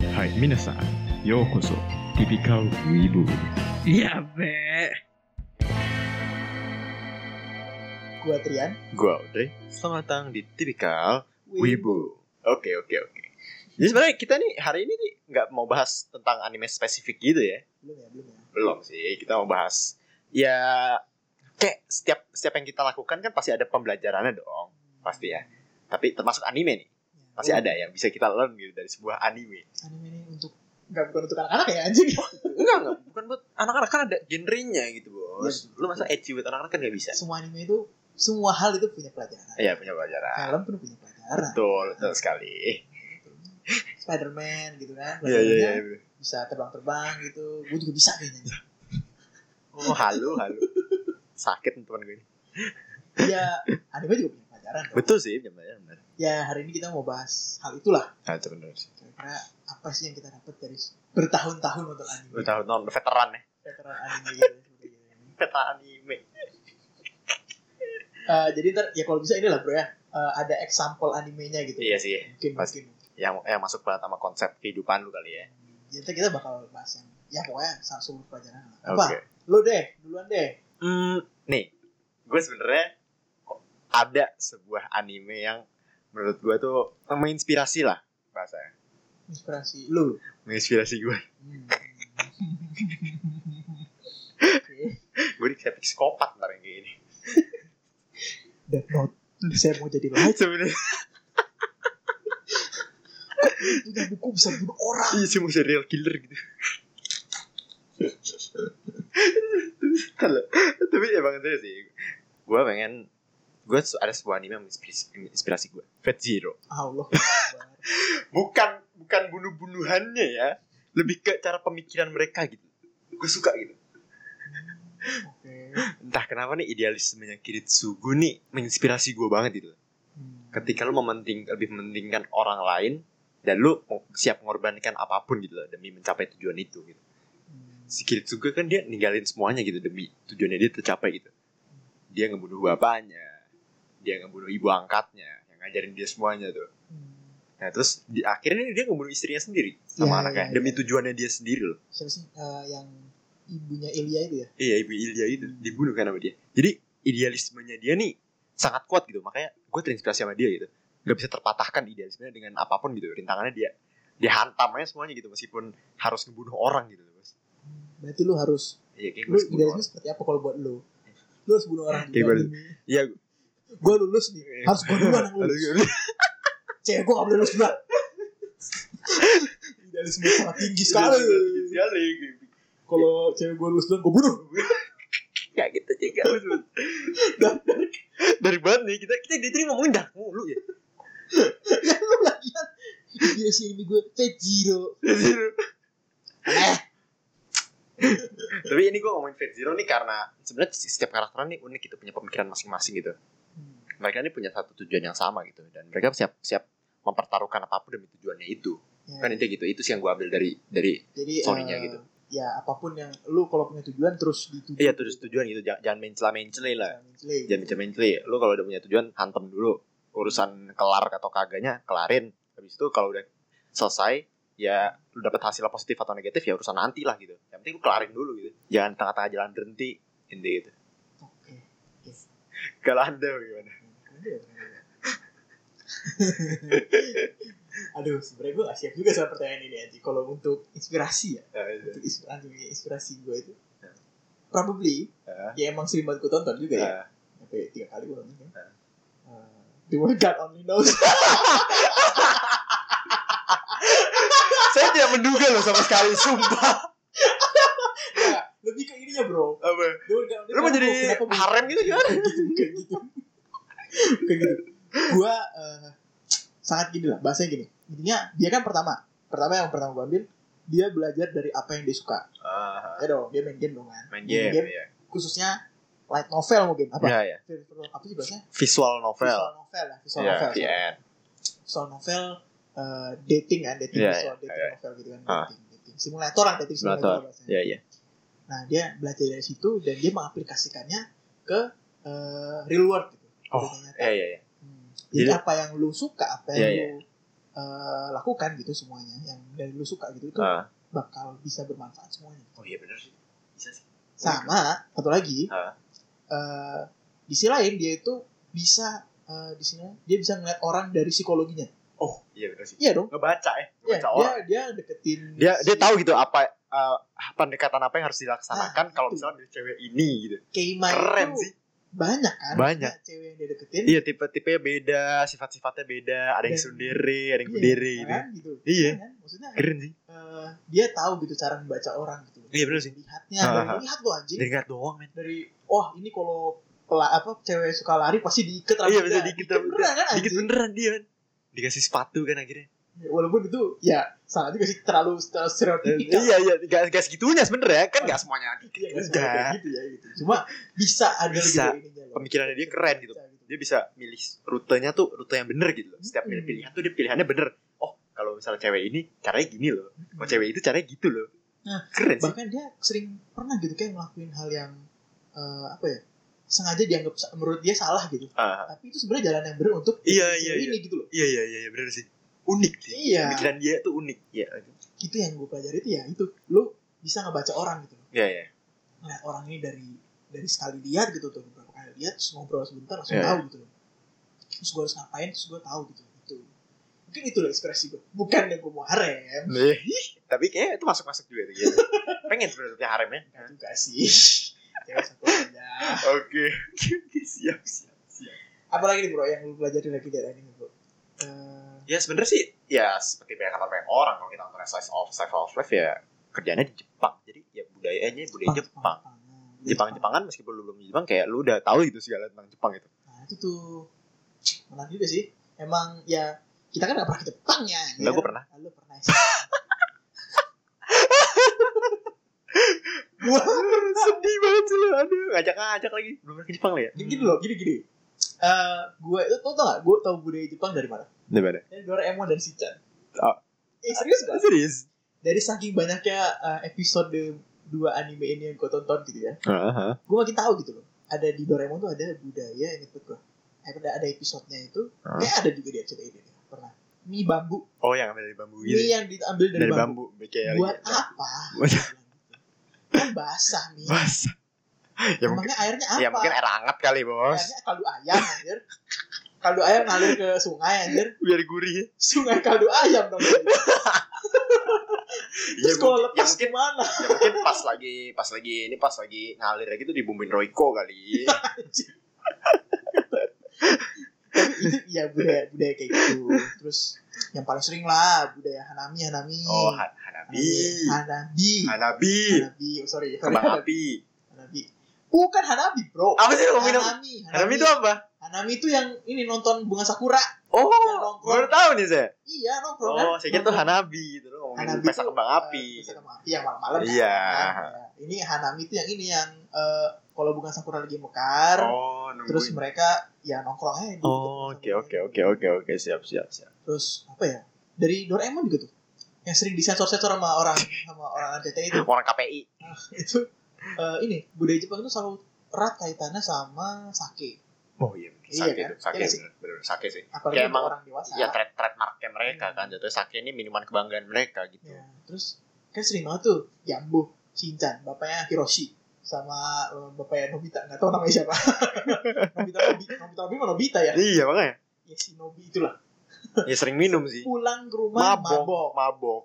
はい、皆さん、ようこそ、ティピカルウィーブ。や Iya, っべえ。 Gua Trian. Gua Audrey, selamat datang di Tipikal Wibu. Oke, oke, oke. Jadi sebenarnya kita nih hari ini nih nggak mau bahas tentang anime spesifik gitu ya. Belum ya, belum ya. Belum sih, kita mau bahas ya kayak setiap setiap yang kita lakukan kan pasti ada pembelajarannya dong, pasti ya. Tapi termasuk anime nih, Ya, pasti belum. ada yang bisa kita learn gitu dari sebuah anime. Anime ini untuk nggak bukan untuk anak-anak ya anjing. Iya. Enggak, enggak, bukan buat anak-anak kan ada genrenya gitu, Bos. Lu masa edgy buat anak-anak kan nggak bisa. semua anime itu semua hal itu punya pelajaran. Iya, punya pelajaran. Film pun punya pelajaran. Betul, betul sekali. Spider-Man gitu kan. Iya, iya, iya. pelajarannya Bisa terbang-terbang gitu. Gue juga bisa kayaknya. nih. Oh, halu, halu. Sakit nih teman gue ini. Iya, anime juga punya pelajaran. dong. Betul sih, benar benar. Ya, hari ini kita mau bahas hal itulah. Nah, itu benar sih. Kira-kira apa sih yang kita dapat dari bertahun-tahun untuk anime? Lu tahu non veteran ya, Veteran anime gitu. seperti gitu. veteran anime. Eh, jadi ntar, ya kalau bisa inilah bro ya. Eh, ada example animenya gitu. Iya sih, Mungkin, pasti. mungkin. yang yang masuk banget sama konsep kehidupan lu kali ya. Ya, ntar kita bakal bahas yang ya pokoknya sa- seluruh pelajaran lah. Apa? Oke. Lo deh, duluan deh. Hmm, nih, gue sebenarnya kok ada sebuah anime yang menurut gue tuh menginspirasi lah bahasanya. Inspirasi lo. Menginspirasi gue. Hmm. Gue dikira psikopat ntar yang kayak gini. Death Note. Saya mau jadi lain Sebenarnya punya buku bisa bunuh orang. iya sih mau serial killer gitu. Halo. Tapi emang serius sih. Gue pengen gue ada sebuah anime yang menginspirasi, menginspirasi gue. Fate Zero. Allah. bukan bukan bunuh-bunuhannya ya lebih ke cara pemikiran mereka gitu gue suka gitu Oke. entah kenapa nih idealismenya Kiritsugu nih menginspirasi gue banget gitu Hmm. ketika lu mementing lebih mementingkan orang lain dan lu mau- siap mengorbankan apapun gitu loh demi mencapai tujuan itu gitu Hmm. si Kiritsugu kan dia ninggalin semuanya gitu demi tujuannya dia tercapai gitu dia ngebunuh bapaknya dia ngebunuh ibu angkatnya yang ngajarin dia semuanya tuh Hmm. nah terus di akhirnya dia ngebunuh istrinya sendiri sama Ya, anaknya ya, demi ya. tujuannya dia sendiri loh Siapa sih eh, yang ibunya Ilya itu ya? Iya ibu Ilya itu dibunuh kan sama dia. Jadi idealismenya dia nih sangat kuat gitu. Makanya gue terinspirasi sama dia gitu. Gak bisa terpatahkan idealismenya dengan apapun gitu. Rintangannya dia dia hantam aja semuanya gitu meskipun harus ngebunuh orang gitu loh bos. Berarti lu harus Iya kayak gue lu harus bunuh idealisme orang. seperti apa kalau buat lu? Lu harus bunuh orang Kayak juga. gua- Iya gue. Gue lulus nih. Iya. Harus gue duluan yang Harus lulus. gue- Cewek gue gak boleh lulus duluan. Idealisme sangat tinggi sekali. Sekali. kalau cewek gue lulus duluan gue bunuh Kayak gitu juga bos. Dari banget nih kita kita dari tadi ngomongin dark mulu ya. ya lu lagian dia sih ini gue Fate Zero eh Tapi ini gue ngomongin Fate Zero nih karena sebenarnya setiap karakter nih unik gitu punya pemikiran masing-masing gitu. mereka ini punya satu tujuan yang sama gitu dan mereka siap siap mempertaruhkan apapun demi tujuannya itu Ya, kan intinya gitu itu sih yang gue ambil dari dari jadi story-nya eh, gitu. ya apapun yang lu kalau punya tujuan terus dituju iya terus tujuan gitu jangan, jangan mencela mencela lah Jangan menceleng. jangan mencela mencela lu kalau udah punya tujuan hantem dulu urusan kelar atau kagaknya kelarin habis itu kalau udah selesai ya lu dapet hasil positif atau negatif ya urusan nanti lah gitu yang penting lu kelarin dulu gitu jangan tengah-tengah jalan berhenti intinya gitu oke ya, kalau anda gimana aduh sebenernya gue gak siap juga sama pertanyaan ini Aji kalau untuk inspirasi ya Nah, itu. untuk inspirasi inspirasi gue itu Ya. probably Ah, ya emang sering banget gue tonton juga ya ah. sampai tiga kali gue nonton kan. Hah? Uh, the one God only knows. saya tidak menduga loh sama sekali sumpah Nah, Lebih ke ininya bro. apa The one God only Lu mau knows. jadi Kenapa gua- harem gitu gimana? Bukan gitu, bukan gitu. Bukan gitu. Gue uh, sangat gini lah bahasanya gini. Intinya dia kan pertama, pertama yang pertama gue ambil dia belajar dari apa yang dia suka. Ah, Ya dong, dia main game dong kan. main game, ya. khususnya light novel mungkin apa? Iya, ya. Apa sih bahasanya? Visual novel. Visual novel lah, visual Iya, novel. sorry. VN. soal novel eh, dating kan dating Iya, soal iya, dating iya. novel gitu kan Ah. dating, dating simulator lah dating simulator, Simulator, bahasanya. Iya, iya. nah dia belajar dari situ dan dia mengaplikasikannya ke eh, real world gitu Oh, Dunia nyata. iya, iya, iya. Hmm. jadi jadi- apa yang lu suka apa yang Iya, lu eh, lakukan gitu semuanya yang dari lu suka gitu itu Ah. bakal bisa bermanfaat semuanya gitu. oh iya bener sih bisa sih sama satu lagi Ah. eh, di sisi lain dia itu bisa eh, di sini dia bisa ngeliat orang dari psikologinya oh iya bener sih iya dong ngebaca ya Iya, ngebaca orang dia dia deketin dia si dia tahu gitu apa eh, pendekatan apa yang harus dilaksanakan kalau itu. misalnya dari cewek ini gitu Keima keren itu sih banyak kan Banyak. cewek yang dia deketin iya tipe-tipenya beda sifat-sifatnya beda ada yang Dan- sundere ada yang Iya, berdiri gitu kan, gitu. Iya. Kan? maksudnya keren sih eh, dia tahu gitu cara membaca orang gitu Iya, bener sih. lihatnya Ah, dari ah. lihat lo anjing dari nggak doang men dari wah ini kalau pela- apa cewek suka lari pasti diikat iya rambutnya bisa dikit beneran beneran kan anjing dikit beneran dia men. dikasih sepatu kan akhirnya walaupun itu ya salah juga sih terlalu, terlalu stereotipikal iya iya gak, gak segitunya sebenernya kan gak semuanya Iya, dikit kan, juga sebenarnya kayak gitu ya gitu cuma bisa ada Bisa. gitu ininya loh. Pemikirannya dia keren gitu. Bisa, dia bisa milih rutenya tuh rute yang bener gitu loh. Setiap milih Mm. pilihan tuh dia pilihannya bener. Oh, kalau misalnya cewek ini caranya gini loh. Kalau cewek itu caranya gitu loh. Nah, Keren Iya sih. bahkan dia sering pernah gitu kayak ngelakuin hal yang eh, apa ya sengaja dianggap sa- menurut dia salah gitu Ah, tapi itu sebenarnya jalan yang benar untuk Iya, cewek iya, ini gitu loh iya iya iya iya, bener sih. Unik sih. Iya. Pemikiran dia tuh unik. Iya. itu yang gue pelajari itu ya itu lo bisa ngebaca orang gitu loh Iya iya. ngeliat orang ini dari dari sekali lihat gitu tuh beberapa kali lihat terus ngobrol sebentar langsung Iya. tahu gitu loh terus gue harus ngapain terus gue tahu gitu itu mungkin itu loh inspirasi gue bukan yang gue mau harem Nih, Tapi kayaknya itu masuk-masuk juga tuh. Gitu. Pengen sebenarnya haremnya. Enggak juga sih cewek satu aja Oke. Oke, siap siap siap. apalagi nih bro yang lo pelajari lagi dari anime bro Eh, Ya sebenernya sih ya seperti banyak kata banyak orang kalau kita nonton slice of slice of life ya kerjanya di Jepang. Jadi ya budayanya budaya Jepang. Hmm, Jepang Jepangan meskipun lu belum di Jepang kayak lu udah tahu gitu segala tentang Jepang itu. Nah itu tuh menarik juga sih. Emang ya kita kan gak pernah ke Jepang ya. Enggak, ya? Nah, gua pernah. Ah, Lu pernah sih. gua Sedih banget sih lu. Aduh, ngajak-ngajak lagi. Belum pernah ke Jepang lu ya? gini gini loh, gini gini. Eh, gua itu tau tau gak? Gua tau budaya Jepang dari mana? Dari mana? Dari Doraemon dan Shinchan. Ah. Eh serius gak? Serius? Dari saking banyaknya eh, episode dua anime ini yang gua tonton gitu ya. Heeh. Gua makin tahu gitu loh. Ada di Doraemon tuh ada budaya yang ikut gua. Ada ada episodenya itu. Ah. Kayak ada juga di episode ini pernah. Mie bambu Oh, yang ambil dari bambu mie gitu. yang diambil dari, Dari Iya, bambu. bambu. Kayak Buat lagi- apa? Buat- kan basah nih. Basah. Ya mungkin Emangnya airnya apa? ya mungkin air hangat kali, Bos. airnya kaldu ayam anjir. kaldu ayam ngalir ke sungai anjir. Biar gurih. Sungai kaldu ayam dong. Terus Iya, kalau mungkin- ya lepas mungkin gimana? ya mungkin pas lagi pas lagi ini pas lagi ngalir gitu dibumbuin Royco kali. Tapi itu ya budaya budaya kayak gitu. Terus yang paling sering lah budaya Hanami Hanami. Oh, Han- Hanabi. Hanabi. Hanabi. Hanabi. Oh, sorry. sorry. Kembang api. Hanabi. Bukan Hanabi, Bro. Apa sih lu ngomongin apa? Hanami. Hanabi itu apa? Hanami itu yang ini nonton bunga sakura. Oh, Yang nongkrong. baru tahu nih saya. Iya, nongkrong kan. Oh, saya kira tuh Nongkrong. Hanabi gitu loh ngomongin Hanabi pesta tuh, kembang api. Eh, pesta kembang api yang malam-malam. kan? Iya. Ya. Ini Hanami itu yang ini yang eh, kalau bunga sakura lagi mekar, Oh, nungguin. Iya. terus mereka ya nongkrong aja. di- Oh, oke oke oke oke oke siap siap siap. Terus apa ya? Dari Doraemon juga tuh. Yang sering disensor-sensor sama orang sama orang RCTI itu. Orang KPI. itu eh, ini budaya Jepang itu selalu erat kaitannya sama sake. Oh iya, Iya sake kan? itu, sake Iya bener sih. bener, sake sih. Apalagi Kayak untuk emang- orang dewasa. Ya trade trademarknya mereka kan, jatuhnya sake ini minuman kebanggaan mereka gitu. Ya, terus kan sering banget tuh Yambo, Shinchan, bapaknya Hiroshi sama eh, bapaknya Nobita, nggak tahu namanya siapa. Nobita, Nobita, Nobita, Nobita, apa Nobita ya. Iya makanya. Ya si Nobi itulah. Ya sering minum sih. Pulang ke rumah mabok. Mabok, mabok.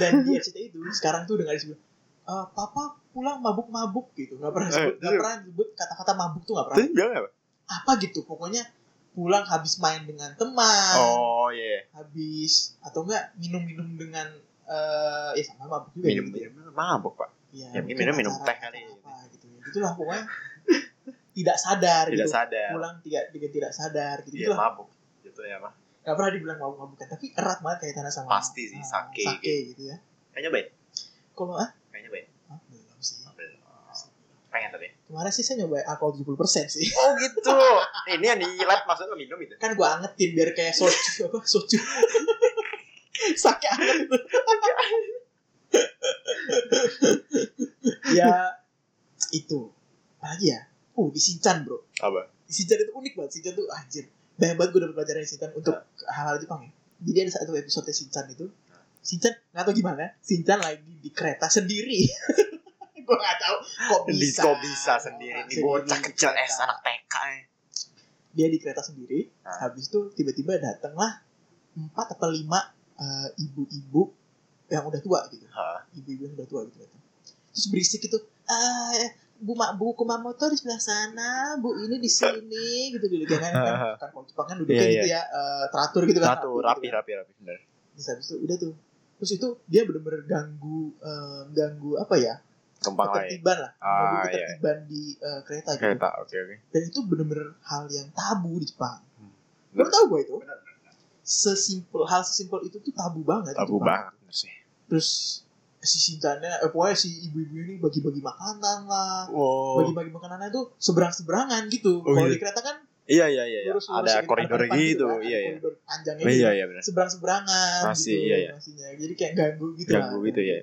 Dan di RCTI itu sekarang tuh udah nggak disebut. "Eh, papa pulang mabuk-mabuk gitu. Nggak pernah Eh, sebut, nggak terus- pernah sebut kata-kata mabuk tuh nggak pernah. Terus bilang apa? Apa gitu, pokoknya pulang habis main dengan teman. Oh iya, Habis, atau enggak minum-minum dengan, eh ya sama mabuk juga. minum gitu Iya, ya. minum mabok pak. Ya, mungkin minum- minum teh kali. Apa, gitu. ya. Gitulah pokoknya tidak sadar Tidak gitu. sadar. Pulang tiga, tiga tidak sadar gitu. Iya Gitulah. mabok. Gitu ya mah. Gak pernah dibilang mabuk-mabukan tapi erat banget kaitannya sama Pasti sih, eh, sake gitu ya. Kayaknya baik. Kalau ah, Kayaknya baik. ah, belum sih. Pengen tadi. Kemarin sih saya nyobain alkohol 70% sih. Oh gitu. Ini yang di lab maksudnya minum itu. Kan gua angetin biar kayak soju apa soju. Sake anget itu. ya itu. Apalagi ya? Oh, di Shinchan, Bro. Apa? Shinchan itu unik banget. Shinchan tuh anjir. Banyak banget gue dapat pelajaran dari Shinchan untuk hal-hal Jepang ya. jadi ada satu episode Shinchan itu Shinchan nggak tahu gimana Shinchan lagi di kereta sendiri gue nggak tahu kok bisa Kok bisa sendiri nih bocah di kecil kereta. es anak TK ya. dia di kereta sendiri Ah. habis itu tiba-tiba datanglah empat atau lima eh, ibu-ibu yang udah tua gitu Hah. ibu-ibu yang udah tua gitu datang terus berisik gitu ah bu mak bu kumamoto di sebelah sana bu ini di sini gitu gitu kan kan kan kalau Jepang kan duduknya Iya, gitu ya eh, teratur gitu kan Satu Nah, rapi gitu kan. rapi rapi bener. terus habis itu udah tuh terus itu dia bener-bener ganggu eh, ganggu apa ya Kembang lain. ketertiban lah ganggu Ah iya. ketertiban di eh, kereta gitu Kereta oke oke. dan itu bener-bener hal yang tabu di Jepang Hmm. Lo tau gue itu sesimpel hal sesimpel itu tuh tabu banget di Tabu Jepang. banget bener sih. terus si Shintannya eh pokoknya si ibu-ibu ini bagi-bagi makanan lah Wow. bagi-bagi makanannya tuh seberang-seberangan gitu Oh, kalau iya. di kereta kan Iya iya iya. iya. lurus-lurus Ada gitu, koridor depan gitu. kan, ada Iya iya. koridor panjangnya Iya gitu iya bener. seberang-seberangan Masih, gitu iya, iya. pastinya jadi kayak ganggu gitu Ganggu lah gitu ya.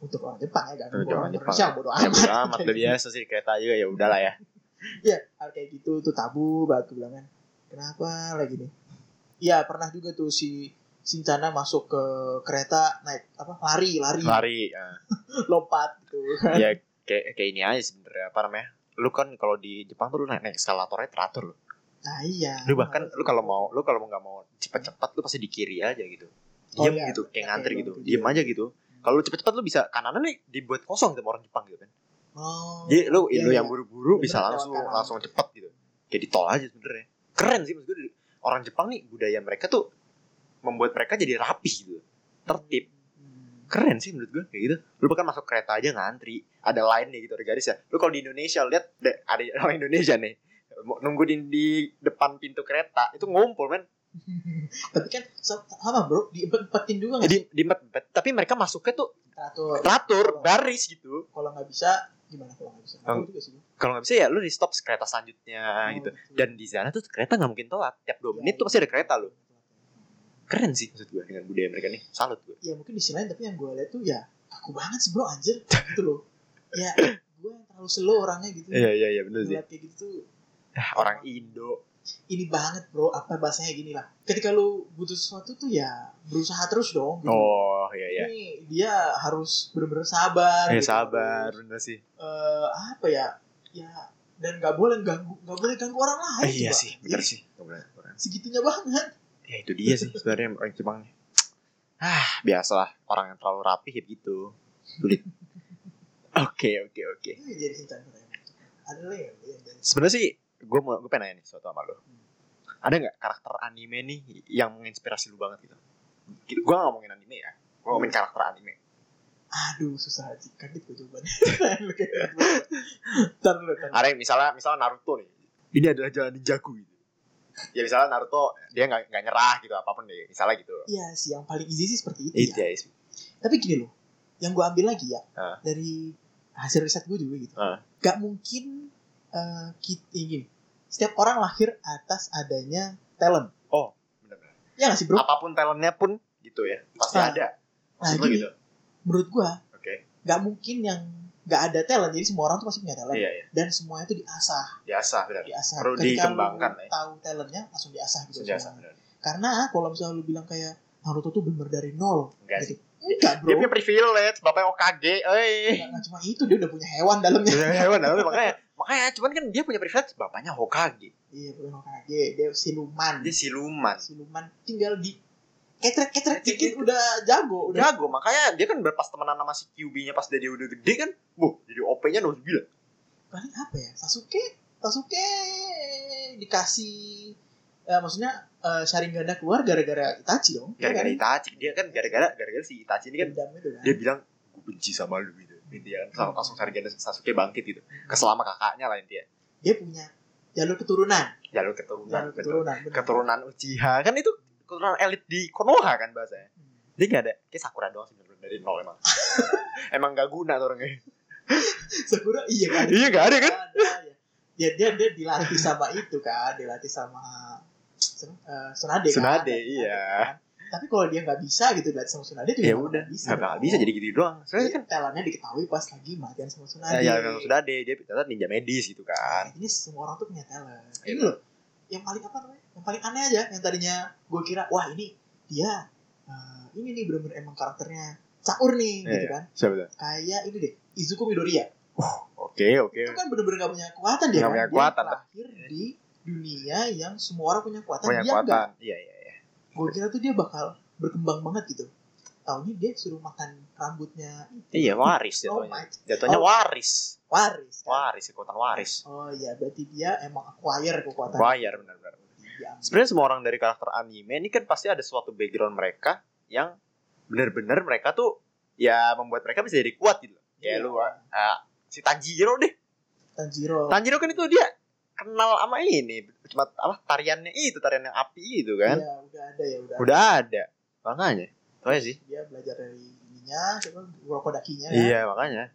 untuk orang Jepang ya ganggu Untuk orang orang Jepang. Indonesia bodo Ya amat udah amat udah biasa sih di kereta juga ya udahlah ya. Iya, hal kayak gitu tuh tabu banget gue bilang kan. Kenapa lagi nih? Iya, pernah juga tuh si Sincana masuk ke kereta naik apa lari lari, Lari. ya. lompat gitu kan. ya kayak kayak ini aja sebenarnya apa namanya lu kan kalau di Jepang tuh lu naik, naik eskalatornya teratur lu Nah iya. lu bahkan lu kalau mau lu kalau nggak mau cepet-cepet lu pasti di kiri aja gitu Oh, diam iya. gitu kayak Iya, ngantri iya, gitu iya. diam aja gitu kalau lu cepet-cepet lu bisa kanan nih dibuat kosong sama orang Jepang gitu kan Oh, jadi lu iya, lu iya. yang buru-buru Bener, bisa lewat langsung kanan. langsung cepet gitu kayak di tol aja sebenarnya keren sih maksud gue di- orang Jepang nih budaya mereka tuh membuat mereka jadi rapi gitu tertib Hmm. keren sih menurut gue kayak gitu lu bahkan masuk kereta aja ngantri ada line nih gitu ada garis ya lu kalau di Indonesia lihat deh, ada orang Indonesia nih mau nunggu di, di depan pintu kereta itu ngumpul men Tapi kan so- sama bro, diempetin juga nggak? jadi sih? di tapi mereka masuknya tuh Teratur. teratur baris gitu Kalau nggak bisa gimana kalau nggak bisa? Tahu Hmm. juga sih. gua. kalau nggak bisa ya lu di stop kereta selanjutnya Oh, gitu dan di sana tuh kereta nggak mungkin telat tiap dua Iya, menit tuh pasti ada kereta lu keren sih maksud gue dengan budaya mereka nih salut gue ya mungkin di sisi lain tapi yang gue lihat tuh ya aku banget sih bro anjir gitu loh ya gue yang terlalu slow orangnya gitu iya iya bener Ngeliat kayak gitu tuh orang Indo ini banget bro apa bahasanya gini lah ketika lu butuh sesuatu tuh ya berusaha terus dong gitu. oh iya iya ini dia harus bener-bener sabar Eh gitu. sabar bener sih Eh, apa ya ya dan nggak boleh ganggu nggak boleh ganggu orang lain eh, iya coba. sih bener Jadi, sih Nggak boleh- nggak boleh. segitunya banget ya itu dia sih sebenarnya orang Jepang ah biasalah orang yang terlalu rapi ya gitu sulit oke oke oke Ini jadi cinta ada lagi yang- yang- yang- sebenarnya sih gue mau gue pengen nanya nih suatu sama lo ada nggak karakter anime nih yang menginspirasi lu banget gitu gue gak ngomongin anime ya gue ngomongin karakter anime aduh susah sih kaget gue jawabannya Lu kayak- Ntar dulu, ntar dulu. ada yang misalnya misalnya Naruto nih ini adalah jalan ninjaku gitu ya misalnya Naruto dia nggak nggak nyerah gitu apapun deh misalnya gitu Iya sih, yang paling easy sih seperti itu. itu Ya. ya is- Tapi gini loh, yang gue ambil lagi ya Ah. dari hasil riset gue juga gitu. Ah. Gak mungkin eh kita gini. Setiap orang lahir atas adanya talent. oh bener-bener. Ya gak sih bro? apapun talentnya pun gitu ya pasti Ah. ada Nah Maksud lu gini, gitu menurut gue oke gak mungkin yang gak ada talent. Jadi semua orang tuh pasti punya talent. Iya, iya. Dan semuanya tuh diasah. Biasa, benar. Diasah. Perlu Ketika dikembangkan, lu ya. tahu talentnya langsung diasah gitu. Biasa, semuanya. benar. Karena ah, kalau misalnya lu bilang kayak Naruto tuh bener dari nol. Enggak sih. Gitu. Enggak Dia bro. punya privilege, bapaknya Okage, eh. Gak, gak cuma itu, dia udah punya hewan dalamnya. Hewan, hewan, makanya, makanya cuman kan dia punya privilege, bapaknya Hokage. Iya, bukan Hokage. Dia siluman. Dia siluman. Siluman tinggal di ketret-ketret dikit udah jago, udah Jago, makanya dia kan berpas temenan sama si QB-nya pas dia dia udah gede kan. Wah, jadi OP-nya udah gila. paling apa ya? Sasuke, Sasuke dikasih eh, maksudnya eh, Sharinganda keluar gara-gara Itachi dong. Gara-gara Iya, Itachi, dia kan gara-gara gara-gara si Itachi ini kan kan dendamnya udah dia bilang gue benci sama lu gitu. Intinya kan Hmm. langsung Sarigana Sasuke bangkit gitu. Keselama kakaknya lah intinya. dia punya jalur keturunan, Jalur keturunan. jalur betul. keturunan. benar. Keturunan Uchiha kan itu keturunan elit di Konoha kan bahasanya. Hmm. Dia gak ada Kayak Sakura doang sih menurut dari nol emang Emang gak guna tuh orangnya Sakura iya kan? Iya, nggak ada, kan? Nggak ada, ya. Dia dia dia dilatih sama itu kan, dilatih sama eh, Tsunade kan? Tsunade, Dilatih iya. kan. Tapi kalau dia nggak bisa gitu dilatih sama Tsunade juga Ya nggak udah bisa. Gak bakal dong. bisa jadi gitu doang Jadi Soalnya kan talentnya diketahui pas lagi matian sama Tsunade. Nah, Ya, ya memang sudah deh Dia ternyata ninja medis gitu kan Ini semua orang tuh punya talent. Iya. Ini loh, yang paling apa namanya? Yang paling aneh aja, yang tadinya gue kira, wah ini dia eh, ini nih bener-bener emang karakternya caur nih Iya, gitu kan Siapa tuh? kayak ini deh Izuku Midoriya Oke, oke. itu kan bener-bener gak punya kekuatan dia Nggak kan punya Dia kekuatan. lahir di dunia yang semua orang punya kekuatan Punya dia nggak kekuatan. Iya, iya, iya. gue kira tuh dia bakal berkembang banget gitu tahunya dia suruh makan rambutnya Iya, waris oh jatuhnya. my Jatuhnya Oh. waris. waris kan? Waris, kekuatan waris. oh iya berarti dia emang acquire kekuatan Bayar benar-benar. dia Sebenarnya semua orang dari karakter anime ini kan pasti ada suatu background mereka yang benar-benar mereka tuh ya membuat mereka bisa jadi kuat gitu. Ya Iya. lu ah, si Tanjiro deh. Tanjiro Tanjiro kan itu dia kenal sama ini cuma apa tariannya itu tarian yang api itu kan Iya, udah ada ya udah, udah ada makanya itu aja sih dia belajar dari ininya siapa Urokodakinya ya iya makanya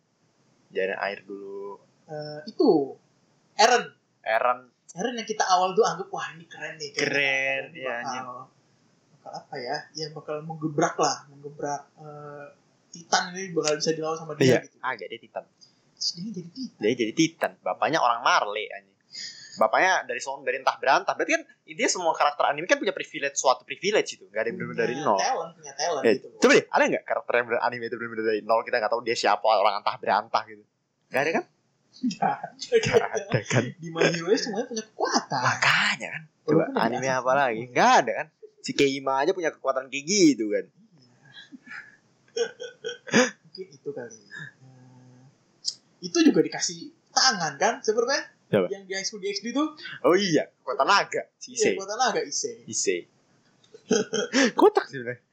jalan air dulu Eh, itu Eren Eren Eren yang kita awal tuh anggap wah ini keren nih Keren, Eren iya, bakal, bakal apa ya ya bakal menggebrak lah menggebrak eh, Titan ini bakal bisa dilawan sama Iya. dia gitu agak dia Titan terus dia jadi Titan dia jadi Titan bapaknya orang Marley anjing bapaknya dari soal dari entah berantah berarti kan intinya semua karakter anime kan punya privilege suatu privilege itu gak Iya, ada yang benar dari Punya nol talent punya talent Eh, gitu loh. coba deh ada nggak karakter yang bener- anime itu benar-benar dari nol kita nggak tahu dia siapa orang entah berantah gitu gak ada kan Nggak gak ada. ada kan Iya, di My Hero semuanya punya kekuatan makanya kan coba Walaupun ada anime asli apa lagi semua. gak ada kan si Keima aja punya kekuatan kayak gitu kan mungkin itu kali Eh, itu juga dikasih tangan kan sebenarnya Siapa? yang di XD XD itu oh iya kekuatan naga si ya, Issei buatan agak ise Issei kotak sebenarnya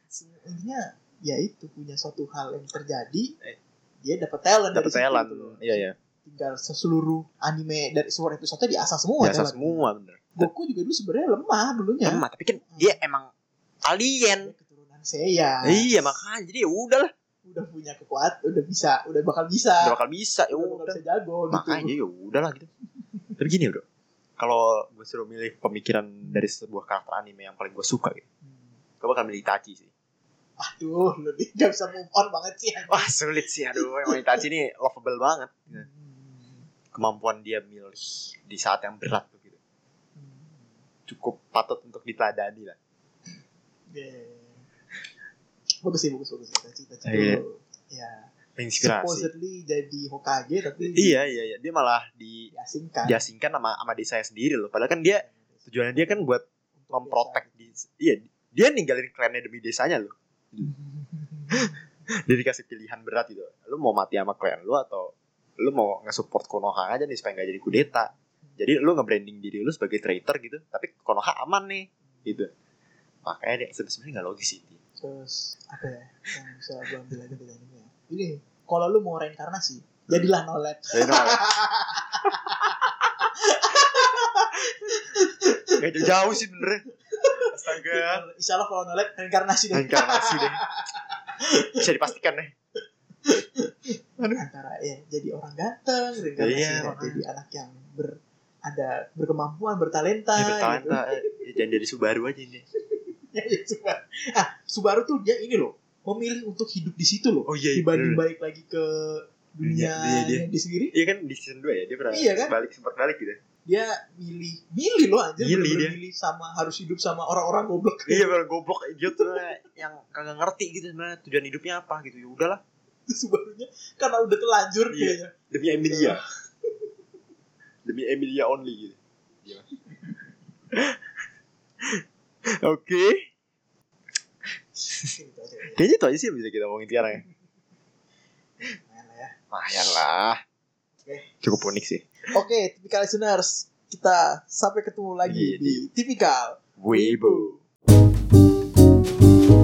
intinya ya itu punya suatu hal yang terjadi Eh. dia dapat talent dari dapat situ Thailand gitu loh. iya iya tinggal seluruh anime dari seluruh episode diasah semua biasa talent. semua bener Goku juga dulu sebenarnya lemah dulunya lemah tapi kan dia emang alien Dia keturunan Seiya iya makanya jadi ya udahlah udah punya kekuatan udah bisa udah bakal bisa udah bakal bisa ya udah bakal udah bisa jago makanya gitu ya udahlah gitu tapi gini bro kalau gue suruh milih pemikiran dari sebuah karakter anime yang paling gue suka gitu Hmm. gue bakal milih Itachi sih aduh lu nih gak bisa move on banget sih wah sulit sih aduh emang Itachi ini lovable banget Hmm. kemampuan dia milih di saat yang berat tuh gitu Hmm. cukup patut untuk diteladani lah Yeah. Bagus sih, bagus, bagus. Itachi, Itachi tuh, Iya. ya, inspirasi supposedly jadi Hokage, tapi iya iya iya dia malah di diasingkan. diasingkan sama sama desa sendiri loh padahal kan dia tujuannya dia kan buat Untuk memprotek di iya dia ninggalin klannya demi desanya loh desa. dia dikasih pilihan berat gitu lu mau mati sama klan lu atau lu mau nge-support Konoha aja nih supaya nggak jadi kudeta jadi lu nge-branding diri lu sebagai traitor gitu tapi Konoha aman nih gitu makanya dia sebe- sebenarnya nggak logis sih dia. Terus, apa ya, yang bisa gue ambil lagi dari ini ya. Ini, kalau lu mau reinkarnasi, jadilah nolet. Jadi no- nggak jauh-jauh sih bener astaga Insya Allah kalau nolet, reinkarnasi deh. reinkarnasi deh bisa dipastikan deh Antara ya, jadi orang ganteng, reinkarnasi Iya, ya, makanya. jadi anak yang ber, ada berkemampuan, bertalenta. ya, gitu. bertalenta eh, jangan dari Subaru aja ini Ya, ya, Subaru. Nah, Subaru tuh dia ini loh, memilih untuk hidup di situ loh. oh iya iya Dibanding bener. balik lagi ke dunia Dunia, dia, dia. yang di sendiri, iya kan di season 2 ya dia pernah Iya kan? balik sempat balik gitu dia milih, milih loh anjir, Milih bener-bener dia. milih sama harus hidup sama orang-orang goblok. iya bener goblok idiot sebenarnya yang kagak ngerti gitu sebenarnya tujuan hidupnya apa gitu ya udahlah Subarunya karena udah telanjur Iya. kayaknya. demi Emilia demi Emilia only gitu Iya. oke Gitu aja. kayaknya itu aja sih yang bisa kita omongin sekarang ya Lumayan lah ya. lumayan lah Oke. cukup unik sih Oke, tipikal listeners, kita sampai ketemu lagi Iya, di tipikal. Weibo